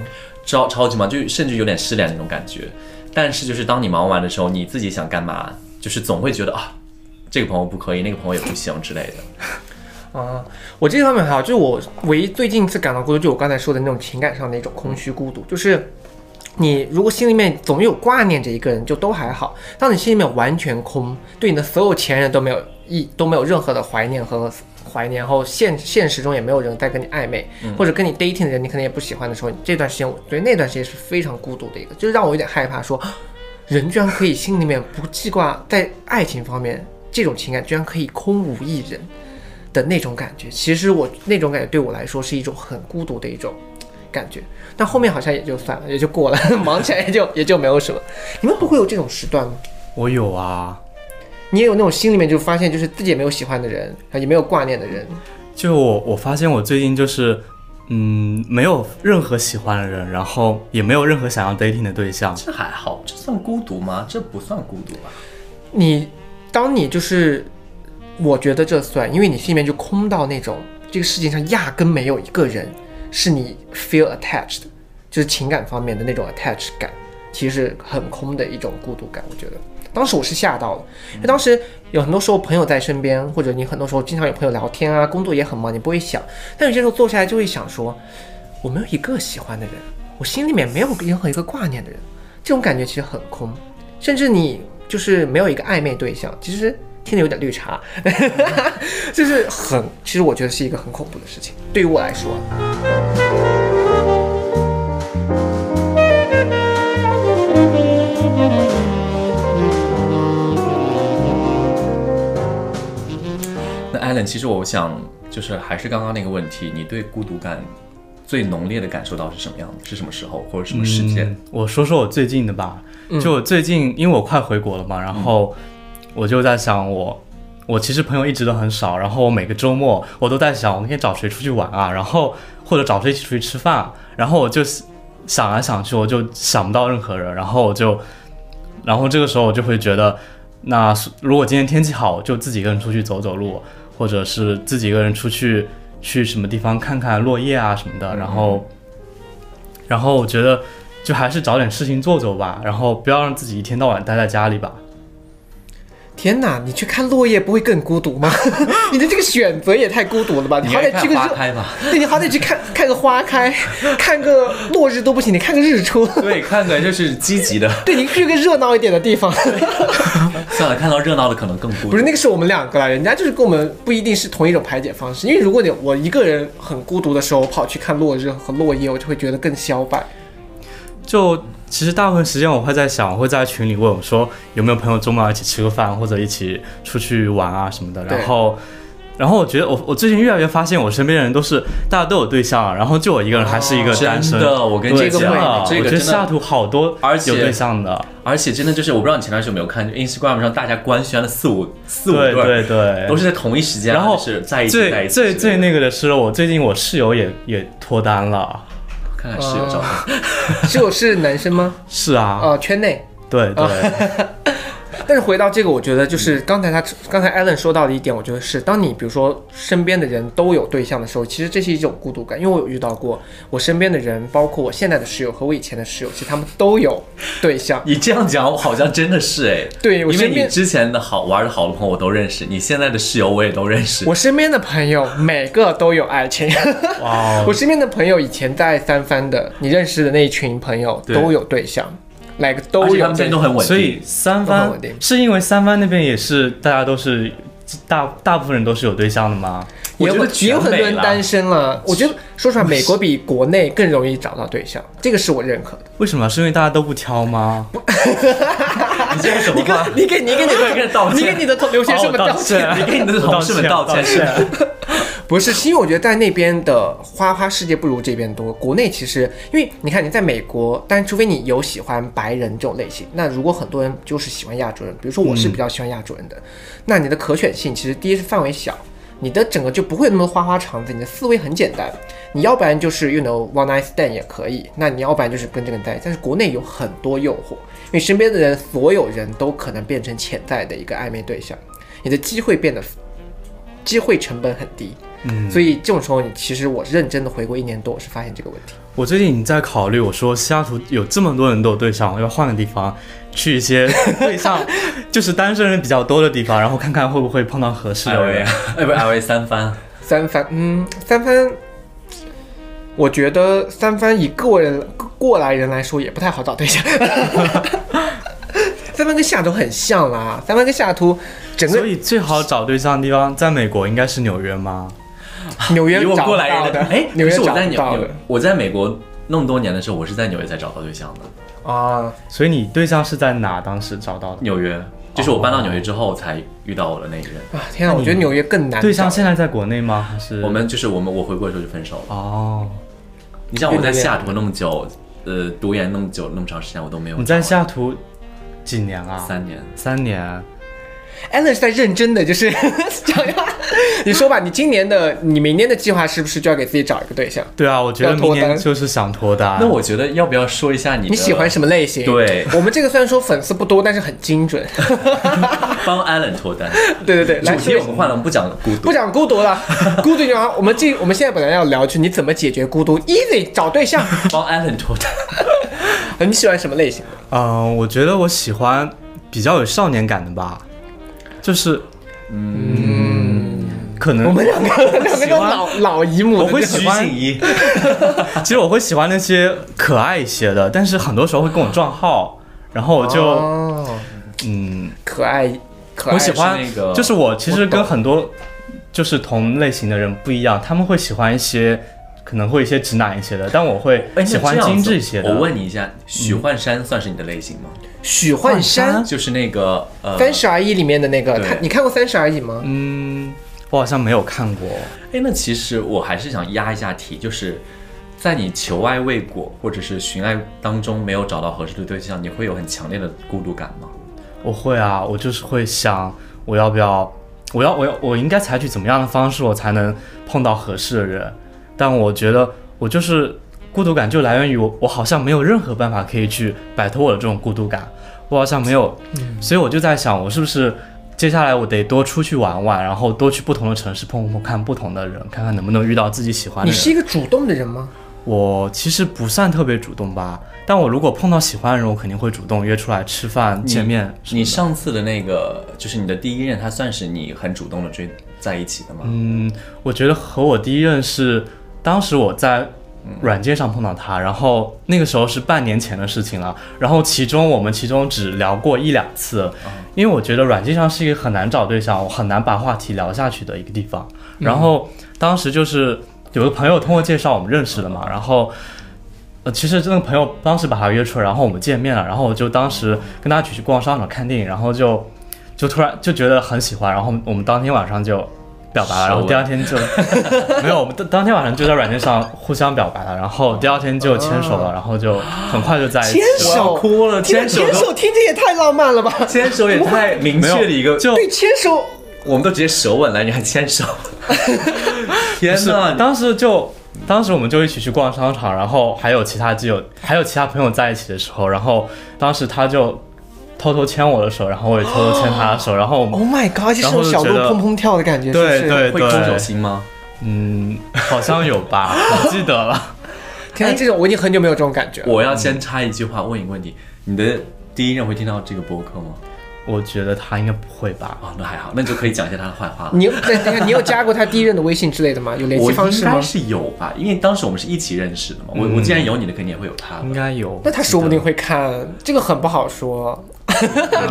Speaker 1: 超超级忙，就甚至有点失恋那种感觉。但是就是当你忙完的时候，你自己想干嘛，就是总会觉得啊，这个朋友不可以，那个朋友也不行之类的。
Speaker 2: 啊，我这方面还好，就是我唯一最近一次感到孤独，就我刚才说的那种情感上的一种空虚孤独，就是你如果心里面总有挂念着一个人，就都还好；当你心里面完全空，对你的所有前任都没有一都没有任何的怀念和怀念，然后现现实中也没有人在跟你暧昧，或者跟你 dating 的人你可能也不喜欢的时候，这段时间我对那段时间是非常孤独的一个，就是让我有点害怕说，人居然可以心里面不记挂在爱情方面这种情感，居然可以空无一人。的那种感觉。其实我那种感觉对我来说是一种很孤独的一种感觉，但后面好像也就算了， 也就过了，忙起来也就 也就没有什么。你们不会有这种时段吗？
Speaker 3: 我有啊，
Speaker 2: 你也有那种心里面就发现就是自己也没有喜欢的人，啊也没有挂念的人，
Speaker 3: 就我我发现我最近就是，嗯，没有任何喜欢的人，然后也没有任何想要 dating 的对象。
Speaker 1: 这还好，这算孤独吗？这不算孤独吧？
Speaker 2: 你当你就是，我觉得这算，因为你心里面就空到那种这个世界上压根没有一个人是你 feel attached，就是情感方面的那种 attached 感，其实是很空的一种孤独感。我觉得当时我是吓到了，因为当时有很多时候朋友在身边，或者你很多时候经常有朋友聊天啊，工作也很忙，你不会想，但有些时候坐下来就会想说，我没有一个喜欢的人，我心里面没有任何一个挂念的人，这种感觉其实很空，甚至你就是没有一个暧昧对象，其实听着有点绿茶， 就是很，其实我觉得是一个很恐怖的事情，对于我来说。
Speaker 1: 那 Allen，其实我想就是还是刚刚那个问题，你对孤独感最浓烈的感受到是什么样的？是什么时候或者什么时间？
Speaker 3: 嗯我说说我最近的吧，就我最近，因为我快回国了嘛，然后我就在想我。我其实朋友一直都很少，然后我每个周末我都在想，我应该找谁出去玩啊，然后或者找谁一起出去吃饭、啊，然后我就想来想去，我就想不到任何人，然后我就，然后这个时候我就会觉得，那是如果今天天气好，我就自己一个人出去走走路，或者是自己一个人出去去什么地方看看落叶啊什么的，然后，然后我觉得就还是找点事情做做吧，然后不要让自己一天到晚待在家里吧。
Speaker 2: 天哪，你去看落叶不会更孤独吗？ 你的这个选择也太孤独了吧！你
Speaker 1: 你
Speaker 2: 好
Speaker 1: 爱
Speaker 2: 歹
Speaker 1: 看
Speaker 2: 去个
Speaker 1: 花
Speaker 2: 热，
Speaker 1: 开吧，
Speaker 2: 对你好歹去看看个花开，看个落日都不行，你看个日出，
Speaker 1: 对，看看就是积极的。
Speaker 2: 对你去个热闹一点的地方。
Speaker 1: 算了，看到热闹的可能更孤独。
Speaker 2: 不是那个是我们两个啦，人家就是跟我们不一定是同一种排解方式。因为如果你我一个人很孤独的时候，我跑去看落日和落叶，我就会觉得更消败。
Speaker 3: 就其实大部分时间我会在想，我会在群里问我说有没有朋友周末一起吃个饭，或者一起出去玩啊什么的。
Speaker 2: 对
Speaker 3: 然后，然后我觉得我我最近越来越发现，我身边的人都是大家都有对象啊，然后就我一个人还是一个单
Speaker 1: 哦真
Speaker 3: 身。
Speaker 1: 的，我跟
Speaker 3: 对
Speaker 1: 你
Speaker 2: 这个
Speaker 1: 讲
Speaker 2: 会
Speaker 1: 啊，这
Speaker 3: 我
Speaker 1: 个
Speaker 3: 觉得
Speaker 1: 真
Speaker 3: 西雅
Speaker 1: 的，
Speaker 3: 图好多
Speaker 1: 而且
Speaker 3: 有对象的，
Speaker 1: 而且真的就是，我不知道你前段时间有没有看，就 Instagram 上大家官宣了四五四五
Speaker 3: 对
Speaker 1: 儿
Speaker 3: 对对，
Speaker 1: 都是在同一时间，
Speaker 3: 然后
Speaker 1: 就是在一起，在
Speaker 3: 最
Speaker 1: 一起
Speaker 3: 最
Speaker 1: 之类
Speaker 3: 最
Speaker 1: 的
Speaker 3: 那个的是，我最近我室友也也脱单了。
Speaker 1: 看看室友照片。
Speaker 2: 啊只有是男生吗？
Speaker 3: 是啊，
Speaker 2: 呃，圈内。
Speaker 3: 对对，
Speaker 2: 但是回到这个，我觉得就是刚才他刚才 Allen 说到的一点，我觉得是，当你比如说身边的人都有对象的时候，其实这是一种孤独感。因为我有遇到过，我身边的人，包括我现在的室友和我以前的室友，其实他们都有对象。
Speaker 1: 你这样讲，我好像真的是哎，
Speaker 2: 对我
Speaker 1: 因为
Speaker 2: 身
Speaker 1: 你
Speaker 2: 边
Speaker 1: 之前的好玩的好的朋友我都认识，你现在的室友我也都认识。
Speaker 2: 我身边的朋友每个都有爱情。
Speaker 3: 哇哦，
Speaker 2: 我身边的朋友以前在三番的，你认识的那一群朋友
Speaker 1: 对
Speaker 2: 都有对象，来个都
Speaker 1: 而
Speaker 2: 有
Speaker 1: 且
Speaker 2: 对
Speaker 1: 他们现在都很稳定，
Speaker 3: 所以
Speaker 2: 都
Speaker 3: 三番
Speaker 2: 很稳定
Speaker 3: 是因为三番那边也是大家都是大大部分人都是有对象的吗？
Speaker 1: 我
Speaker 2: 也
Speaker 1: 觉
Speaker 2: 有
Speaker 1: 得
Speaker 2: 也
Speaker 1: 全
Speaker 2: 有很多
Speaker 1: 美
Speaker 2: 人
Speaker 1: 了
Speaker 2: 单身了。我觉得说实话，美国比国内更容易找到对象，这个是我认可的。
Speaker 3: 为什么？是因为大家都不挑吗？
Speaker 1: 你这个什么
Speaker 2: 你跟
Speaker 1: 话？
Speaker 2: 你给你给 你的
Speaker 1: 跟人道
Speaker 2: 你
Speaker 1: 歉
Speaker 2: 给你的同留学生们
Speaker 3: 哦
Speaker 2: 道
Speaker 3: 道
Speaker 2: 歉，
Speaker 3: 歉，
Speaker 1: 你给你的同事们道歉是吧
Speaker 3: 我道歉
Speaker 2: 不是，是因为我觉得在那边的花花世界不如这边多。国内其实，因为你看你在美国，但除非你有喜欢白人这种类型，那如果很多人就是喜欢亚洲人，比如说我是比较喜欢亚洲人的，那你的可选性其实第一是范围小，你的整个就不会那么花花肠子，你的思维很简单。你要不然就是 you know one night stand 也可以，那你要不然就是跟这个人在一起。但是国内有很多诱惑，因为身边的人所有人都可能变成潜在的一个暧昧对象，你的机会变得机会成本很低，嗯，所以这种时候，你其实我认真的回顾一年多，我是发现这个问题。
Speaker 3: 我最近在考虑，我说西雅图有这么多人都有对象，我要换个地方，去一些 对象就是单身人比较多的地方，然后看看会不会碰到合适
Speaker 1: 艾
Speaker 3: 的
Speaker 1: 薇
Speaker 3: 人
Speaker 1: 啊。，哎，不是艾薇三 番，
Speaker 2: 三番，嗯，三番，我觉得三番以个人过来人来说也不太好找对象。 三番跟西雅图很像啦，三番跟西雅图整
Speaker 3: 所
Speaker 2: 个
Speaker 3: 以最好找对象的地方，在美国应该是纽约吗？
Speaker 2: 纽约
Speaker 1: 以我
Speaker 2: 找不
Speaker 1: 过来
Speaker 2: 到
Speaker 1: 人
Speaker 2: 的，
Speaker 1: 哎，
Speaker 2: 纽约
Speaker 1: 可是
Speaker 2: 找
Speaker 1: 我在
Speaker 2: 不到
Speaker 1: 纽
Speaker 2: 的，
Speaker 1: 我在美国那么多年的时候，我是在纽约才找到对象的。
Speaker 2: 啊，
Speaker 3: 所以你对象是在哪？当时找到的
Speaker 1: 纽约，就是我搬到纽约之后才遇到我的那一任。
Speaker 2: 啊，天啊，我觉得纽约更难
Speaker 3: 对象
Speaker 2: 找
Speaker 3: 现在在国内吗？还是
Speaker 1: 我们就是我们，我回国的时候就分手了。
Speaker 3: 哦，
Speaker 1: 你像我在西雅图那么久，呃，读研那么久那么长时间，我都没有。
Speaker 3: 你在西雅图几年啊？
Speaker 1: 三年，
Speaker 3: 三年。
Speaker 2: Alan 是在认真的，就是 想要你说吧，你今年的、你明年的计划是不是就要给自己找一个对象？
Speaker 3: 对啊，我觉得
Speaker 2: 要脱
Speaker 3: 明年
Speaker 2: 单
Speaker 3: 就是想脱单。
Speaker 1: 那我觉得要不要说一下你
Speaker 2: 你
Speaker 1: 你
Speaker 2: 喜欢什么类型？
Speaker 1: 对，
Speaker 2: 我们这个虽然说粉丝不多，但是很精准。
Speaker 1: 帮 Allen 脱单？
Speaker 2: 对对 对，来
Speaker 1: 主
Speaker 2: 说
Speaker 1: 题
Speaker 2: 一
Speaker 1: 我们换了，我们不讲孤独
Speaker 2: 不。讲孤独了，孤独就好。我们这我们现在本来要聊去你怎么解决孤独，easy 找对象。
Speaker 1: 帮 Allen 脱单，
Speaker 2: 你喜欢什么类型的？
Speaker 3: 嗯、我觉得我喜欢比较有少年感的吧，就是嗯，可能
Speaker 2: 我们两个两个都老老姨母的
Speaker 3: 我会
Speaker 2: 这种
Speaker 3: 喜欢
Speaker 1: 徐静怡，
Speaker 3: 其实我会喜欢那些可爱一些的，但是很多时候会跟我撞号，然后我就、
Speaker 2: 哦
Speaker 3: 嗯，
Speaker 2: 可爱可爱。
Speaker 3: 我喜欢
Speaker 1: 是那个
Speaker 3: 就是我其
Speaker 2: 我
Speaker 3: 实
Speaker 2: 懂
Speaker 3: 跟很多就是同类型的人不一样，他们会喜欢一些可能会一些直男一些的，但我会
Speaker 1: 哎，那
Speaker 3: 喜欢
Speaker 1: 这样子
Speaker 3: 精致一些的。嗯
Speaker 1: 我问你一下，许幻山算是你的类型吗？
Speaker 2: 许幻山
Speaker 3: 幻
Speaker 2: 《
Speaker 3: 嗯
Speaker 1: 就是那个呃，
Speaker 2: 三十而已》里面的那个，
Speaker 1: 对
Speaker 2: 他你看过《三十而已》吗？
Speaker 3: 嗯，我好像没有看过。
Speaker 1: 哎，那其实我还是想压一下题，就是在你求爱未果或者是寻爱当中没有找到合适的对象，你会有很强烈的孤独感吗？
Speaker 3: 我会啊，我就是会想，我要不要，我要，我要，我应该采取怎么样的方式，我才能碰到合适的人？但我觉得，我就是孤独感就来源于我，我好像没有任何办法可以去摆脱我的这种孤独感，我好像没有，所以我就在想，我是不是接下来我得多出去玩玩，然后多去不同的城市碰碰看不同的人，看看能不能遇到自己喜欢
Speaker 2: 你
Speaker 3: 的
Speaker 2: 是
Speaker 3: 人。
Speaker 2: 一个主动的人吗？
Speaker 3: 我其实不算特别主动吧，但我如果碰到喜欢的人，我肯定会主动约出来吃饭、见面什么的。
Speaker 1: 你上次的那个就是你的第一任，他算是你很主动的追在一起的吗？
Speaker 3: 嗯，我觉得和我第一任是，当时我在软件上碰到他，然后那个时候是半年前的事情了。然后其中我们其中只聊过一两次，因为我觉得软件上是一个很难找对象，我很难把话题聊下去的一个地方。
Speaker 1: 嗯
Speaker 3: 然后当时就是有个朋友通过介绍我们认识的嘛，然后。呃，其实这个朋友当时把他约出来，然后我们见面了，然后我就当时跟他一起去逛商场看电影，然后就就突然就觉得很喜欢，然后我们当天晚上就表白了，然
Speaker 1: 熟
Speaker 3: 后
Speaker 1: 了
Speaker 3: 第二天就 没有，我们当当天晚上就在软件上互相表白了，然后第二天就牵手
Speaker 2: 嗯
Speaker 3: 了，然后就很快就在一起
Speaker 2: 牵
Speaker 3: 了。
Speaker 2: 手
Speaker 1: 哭了，
Speaker 2: 天
Speaker 1: 牵手
Speaker 2: 牵
Speaker 1: 都
Speaker 2: 手听着也太浪漫了吧！
Speaker 1: 牵手也太明
Speaker 3: 没有
Speaker 1: 确的一个，
Speaker 3: 就
Speaker 2: 对，牵
Speaker 3: 哦
Speaker 2: 手
Speaker 1: 我们都直接舌吻了，你还牵 手？天
Speaker 3: 是
Speaker 1: 哪！
Speaker 3: 当时就当时我们就一起去逛商场，然后还有其他基友，还有其他朋友在一起的时候，然后当时他就偷偷牵我的手，然后我也偷偷牵他的手，然后我们
Speaker 2: ，Oh my god，这是
Speaker 3: 然后
Speaker 2: 种
Speaker 3: 就
Speaker 2: 小鹿
Speaker 3: 觉得
Speaker 2: 砰砰跳的感觉，
Speaker 3: 对
Speaker 2: 是不是？
Speaker 3: 对
Speaker 1: 会
Speaker 3: 对，
Speaker 1: 攻手心吗？
Speaker 3: 嗯，好像有 吧，我记得了。
Speaker 2: 天啊，这种我已经很久没有这种感觉了。
Speaker 1: 我要先插一句话，问一个问题：你的第一任会听到这个播客吗？
Speaker 3: 我觉得他应该不会吧？
Speaker 1: 哦，那还好，那你就可以讲一下他的坏话了。
Speaker 3: 嗯
Speaker 2: 你有对等一下，你有加过他第一任的微信之类 的吗？有联
Speaker 1: 我
Speaker 2: 系方式
Speaker 1: 应该
Speaker 2: 吗？
Speaker 1: 是有吧，因为当时我们是一起认识的嘛。我我既然有你的，肯定也会有他的。
Speaker 3: 嗯应该有。
Speaker 2: 那他说不定会看，这个很不好 说。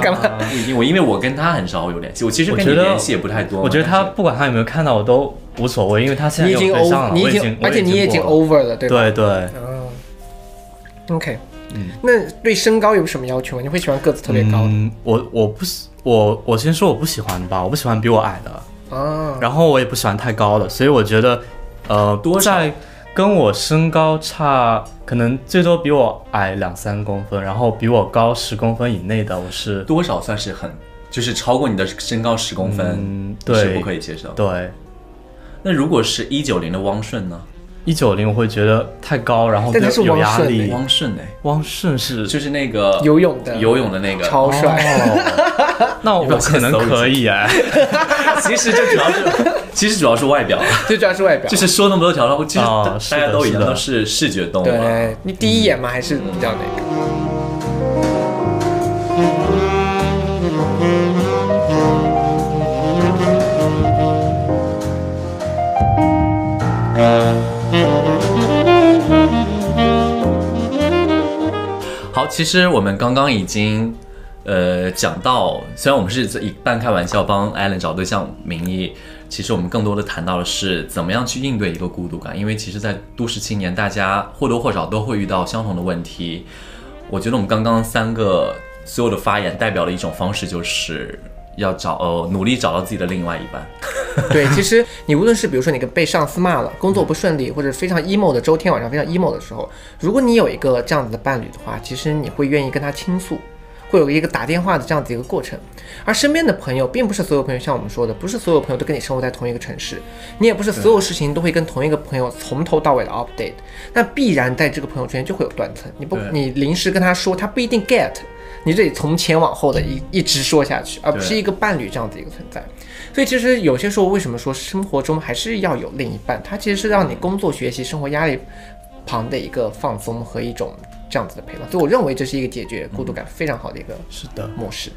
Speaker 2: 干嘛？
Speaker 3: 啊
Speaker 1: 不一定，我因为我跟他很少有联系，我其实
Speaker 3: 我
Speaker 1: 跟
Speaker 3: 觉
Speaker 1: 你
Speaker 3: 得
Speaker 1: 联系也不太多嘛。
Speaker 3: 我觉得他
Speaker 1: 但是
Speaker 3: 不管他有没有看到，我都无所谓，因为他现在
Speaker 2: 你已
Speaker 3: 有
Speaker 2: 经
Speaker 3: 对
Speaker 2: over，
Speaker 3: 象了，
Speaker 2: 你
Speaker 3: 我已
Speaker 2: 经，而且
Speaker 3: 我
Speaker 2: 你也已经
Speaker 3: 过了
Speaker 2: over 了，对吧？
Speaker 3: 对对，
Speaker 2: OK，那对身高有什么要求吗？你会喜欢个子特别高
Speaker 3: 嗯，我我不喜我我先说我不喜欢吧，我不喜欢比我矮的，
Speaker 2: 的啊？
Speaker 3: 然后我也不喜欢太高的，所以我觉得，呃，
Speaker 1: 多少
Speaker 3: 在跟我身高差可能最多比我矮两三公分，然后比我高十公分以内的，我是
Speaker 1: 多少算是很，就是超过你的身高十公分，
Speaker 3: 嗯
Speaker 1: 是
Speaker 3: 对
Speaker 1: 不可以接受。
Speaker 3: 对
Speaker 1: 那如果是一九零的汪顺呢？
Speaker 3: 一九零我会觉得太高，然后
Speaker 2: 但他是
Speaker 3: 有
Speaker 2: 汪
Speaker 3: 压
Speaker 2: 顺
Speaker 3: 力。
Speaker 1: 汪顺哎，
Speaker 3: 汪顺是
Speaker 1: 就是那个
Speaker 2: 游泳的
Speaker 1: 游泳的那个，
Speaker 2: 超帅，
Speaker 3: 哦那
Speaker 1: 你把
Speaker 3: 我
Speaker 1: 我
Speaker 3: 可能
Speaker 1: 先搜一下
Speaker 3: 可以哎，
Speaker 1: 其实就主要是， 其实主要是外表，
Speaker 2: 最主要是外表
Speaker 1: 就。是说那么多条了，其实
Speaker 3: 哦
Speaker 1: 大
Speaker 3: 是
Speaker 1: 大
Speaker 3: 的
Speaker 1: 家都一
Speaker 3: 是
Speaker 1: 样，
Speaker 3: 的
Speaker 1: 都是视觉动物啊。
Speaker 2: 对你第一眼嘛，还是比较那个。
Speaker 1: 好，其实我们刚刚已经呃讲到，虽然我们是以半开玩笑帮 Allen 找对象名义，其实我们更多的谈到的是怎么样去应对一个孤独感，因为其实，在都市青年，大家或多或少都会遇到相同的问题。我觉得我们刚刚三个所有的发言代表了一种方式，就是要找呃努力找到自己的另外一半。
Speaker 2: 对，其实你无论是比如说你跟被上司骂了，工作不顺利，或者非常 emo 的周天晚上非常 emo 的时候，如果你有一个这样子的伴侣的话，其实你会愿意跟他倾诉。会有一个打电话的这样子一个过程，而身边的朋友，并不是所有朋友像我们说的，不是所有朋友都跟你生活在同一个城市，你也不是所有事情都会跟同一个朋友从头到尾的 update，那必然在这个朋友圈就会有断层，你不
Speaker 1: 对
Speaker 2: 你临时跟他说，他不一定 get，你得从前往后的一一直说下去，而不是
Speaker 1: 嗯对
Speaker 2: 一个伴侣这样子一个存在。所以其实有些时候，为什么说生活中还是要有另一半？它其实是让
Speaker 1: 嗯
Speaker 2: 你工作、学习、生活压力旁的一个放松和一种这样子的陪伴。所以我认为这是一个解
Speaker 1: 嗯
Speaker 2: 决孤独感非常好的一个
Speaker 3: 是的，
Speaker 2: 模式。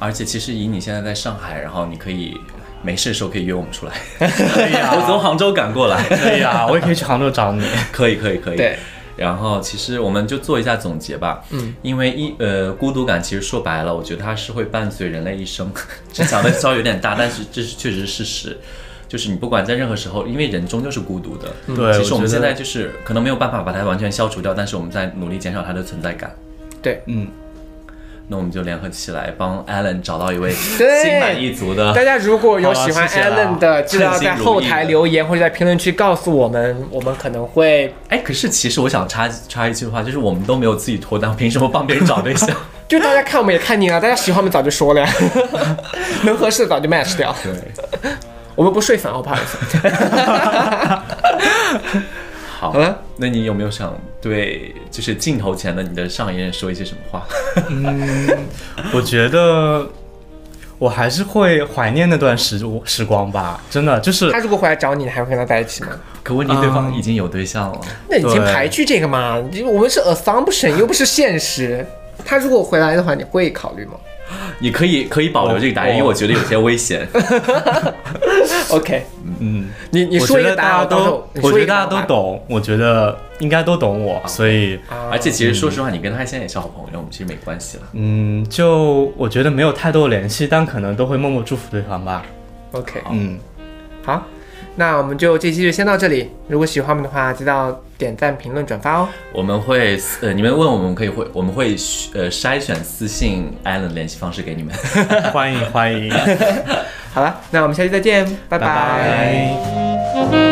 Speaker 1: 而且其实以你现在在上海，然后你可以没事的时候可以约我们出来。可以 啊，我从杭州赶过来。
Speaker 3: 可以啊，我也可以去杭州找你。
Speaker 1: 可以，可以，可以。
Speaker 2: 对。
Speaker 1: 然后，其实我们就做一下总结吧。嗯，因为一呃，孤独感其实说白了，我觉得它是会伴随人类一生。这讲的稍微有点大，但是这是确实是事实。就是你不管在任何时候，因为人终究是孤独的。
Speaker 3: 对
Speaker 1: 其实我
Speaker 3: 我觉得
Speaker 1: 们现在就是可能没有办法把它完全消除掉，但是我们在努力减少它的存在感。
Speaker 2: 对，
Speaker 3: 嗯，
Speaker 1: 那我们就联合起来帮 Alan 找到一位
Speaker 2: 对
Speaker 1: 心满意足 的。
Speaker 2: 大家如果
Speaker 1: 啊
Speaker 2: 有喜欢
Speaker 3: 好了谢谢啦
Speaker 2: Allen 的，记得要
Speaker 1: 称心
Speaker 2: 在
Speaker 1: 如
Speaker 2: 后
Speaker 1: 意
Speaker 2: 台
Speaker 1: 的
Speaker 2: 留言或者在评论区告诉我们，我们可能会
Speaker 1: 哎，可是其实我想插插一句话，就是我们都没有自己脱单， 凭什么帮别人找对象？
Speaker 2: 就大家看我们也看腻了，大家喜欢我们早就说了呀， 能合适的早就 match 掉。
Speaker 1: 对。
Speaker 2: 我们不睡粉，我怕
Speaker 1: 好
Speaker 2: 好了，
Speaker 1: 那你有没有想对就是镜头前的你的上一任说一些什么话？
Speaker 3: 我觉得我还是会怀念那段时时光吧，真的就是
Speaker 2: 他如果回来找你，你还会跟他在一起吗？
Speaker 1: 可问题对方已经有对象了，
Speaker 2: 那已经
Speaker 3: 对
Speaker 2: 排拒这个嘛？因为我们是 assumption，又不是现实。他如果回来的话，你会考虑吗
Speaker 1: 你可以可以保留这个答案，
Speaker 3: 我
Speaker 1: 因为我觉得有些危 险。
Speaker 2: ？OK，
Speaker 3: 嗯，
Speaker 2: 你你
Speaker 3: 我
Speaker 2: 说
Speaker 3: 觉
Speaker 2: 一个
Speaker 3: 得
Speaker 2: 答
Speaker 3: 大
Speaker 2: 案，
Speaker 3: 家
Speaker 2: 我到时候
Speaker 3: 都，
Speaker 2: 你
Speaker 3: 我
Speaker 2: 说
Speaker 3: 觉
Speaker 2: 一
Speaker 3: 得
Speaker 2: 个答
Speaker 3: 大家
Speaker 2: 案
Speaker 3: 都懂，我觉得应该都懂我，所以
Speaker 2: 啊
Speaker 1: 而且其实说实话，你跟他现在也是好朋友，我们其实没关系了。
Speaker 3: 嗯，就我觉得没有太多联系，但可能都会默默祝福对方吧。
Speaker 2: OK，
Speaker 3: 嗯，
Speaker 2: 好，那我们就这期就先到这里。如果喜欢我们的话，记得点赞、评论、转发哦。
Speaker 1: 我们会呃，你们问我们可以会，我们会呃筛选私信 Allen 联系方式给你们。
Speaker 3: 欢迎欢迎，
Speaker 2: 好了，那我们下期再见，拜
Speaker 3: 拜拜。